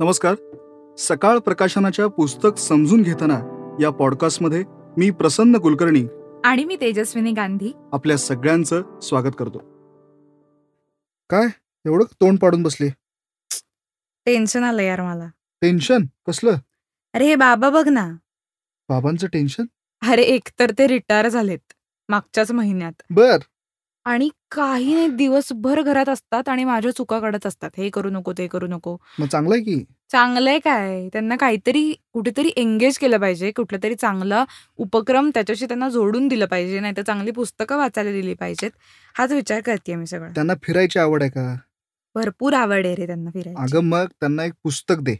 नमस्कार सकाळ प्रकाशनाच्या पुस्तक समजून घेताना या पॉडकास्टमध्ये मी प्रसन्न कुलकर्णी आणि मी तेजस्विनी गांधी आपल्या सगळ्यांचं स्वागत करतो काय एवढं तोंड पाडून बसली टेन्शन आलं यार मला टेन्शन कसलं अरे हे बाबा बघ ना बाबांचं टेन्शन अरे एकतर ते रिटायर झालेत मागच्याच महिन्यात बर आणि काही नाही दिवसभर घरात असतात आणि माझ्या चुका काढत असतात हे करू नको ते करू नको मग चांगलंय की चांगलंय काय त्यांना काहीतरी कुठेतरी एंगेज केलं पाहिजे कुठला तरी चांगला उपक्रम त्याच्याशी त्यांना जोडून दिलं पाहिजे नाहीतर चांगली पुस्तकं वाचायला दिली पाहिजेत हाच विचार करते मी सगळं त्यांना फिरायची आवड आहे का भरपूर आवड आहे रे त्यांना फिरायला अगं मग त्यांना एक पुस्तक दे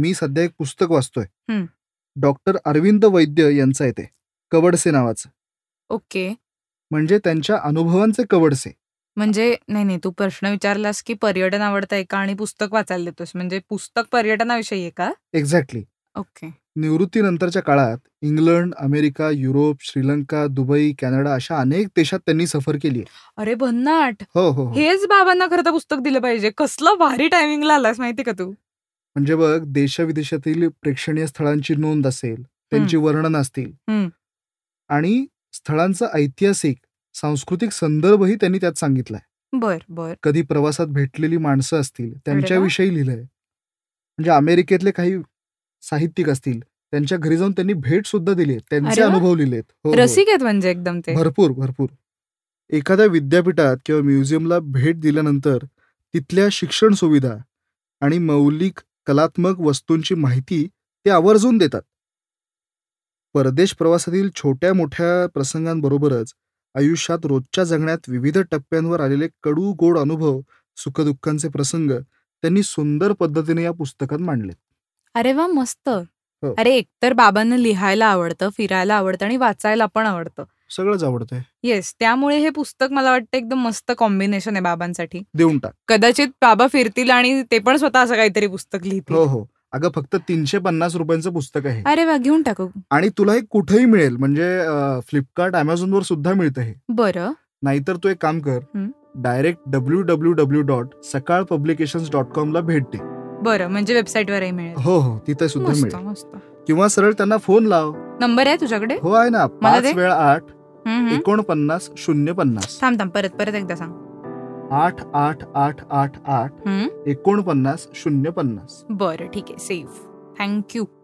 मी सध्या एक पुस्तक वाचतोय हं. डॉक्टर अरविंद वैद्य यांचं आहे ते कवडसे नावाचं ओके म्हणजे त्यांच्या अनुभवांचे कवडसे म्हणजे नाही नाही तू प्रश्न विचारलास की पर्यटन आवडतंय का आणि पुस्तक वाचायला देतोस म्हणजे पुस्तक पर्यटनाविषयी आहे का एक्झॅक्टली ओके निवृत्तीनंतरच्या काळात England America Europe Sri Lanka Dubai Canada अशा अनेक देशात त्यांनी सफर केली आहे. अरे भन्नाट हो हो हो. हेच बाबांना खरं तर पुस्तक दिलं पाहिजे कसलं भारी टायमिंगला आलास माहिती का तू म्हणजे बघ देशाविदेशातील प्रेक्षणीय स्थळांची नोंद असेल त्यांची वर्णन असतील हम्म. आणि स्थळांचा ऐतिहासिक सांस्कृतिक संदर्भही त्यांनी त्यात सांगितलाय बर बर कधी प्रवासात भेटलेली माणसं असतील वा. त्यांच्याविषयी लिहिलंय म्हणजे अमेरिकेतले काही साहित्यिक असतील त्यांच्या घरी जाऊन त्यांनी भेट सुद्धा दिली आहे. त्यांचे अरे वा. अनुभव लिहिलेत हो, हो. रसिक आहेत म्हणजे एकदम ते भरपूर भरपूर एखाद्या विद्यापीठात किंवा म्युझियमला भेट दिल्यानंतर तिथल्या शिक्षण सुविधा आणि मौलिक कलात्मक वस्तूंची माहिती ते आवर्जून देतात परदेश प्रवासातील छोट्या मोठ्या प्रसंगांबरोबरच आयुष्यात रोजच्या जगण्यात विविध टप्प्यांवर आलेले कडू गोड अनुभव सुखदुःखांचे प्रसंग त्यांनी सुंदर पद्धतीने या पुस्तकात मांडले अरे वा मस्त हो. अरे एकतर बाबांना लिहायला आवडतं फिरायला आवडतं आणि वाचायला पण आवडतं सगळंच आवडतंय येस त्यामुळे हे पुस्तक मला वाटतं एकदम मस्त कॉम्बिनेशन आहे बाबांसाठी देऊन टाक कदाचित बाबा फिरतील आणि ते पण स्वतः असं काहीतरी पुस्तक लिहितील हो हो अगं फक्त तीनशे पन्नास रुपयांचं पुस्तक आहे अरे वा घेऊन टाकू आणि तुला हे कुठेही मिळेल म्हणजे फ्लिपकार्ट अमेझॉनवर सुद्धा मिळतं हे बरं नाहीतर तू एक काम कर हं. Direct W W W dot Sakal publication dot कॉमला भेट दे बरं म्हणजे वेबसाईटवरही मिळेल हो हो तिथे सुद्धा मस्त मिळेल मस्त किंवा सरळ त्यांना फोन लाव नंबर आहे तुझ्याकडे हो आहे ना पाच दे. वेळ आठ हम्म, हम्म. एकोणपन्नास शून्य पन्नास थांब थांब परत परत एकदा सांग आठ आठ आठ आठ आठ हम्म, एकोणपन्नास शून्य पन्नास बरं ठीक आहे सेफ थँक्यू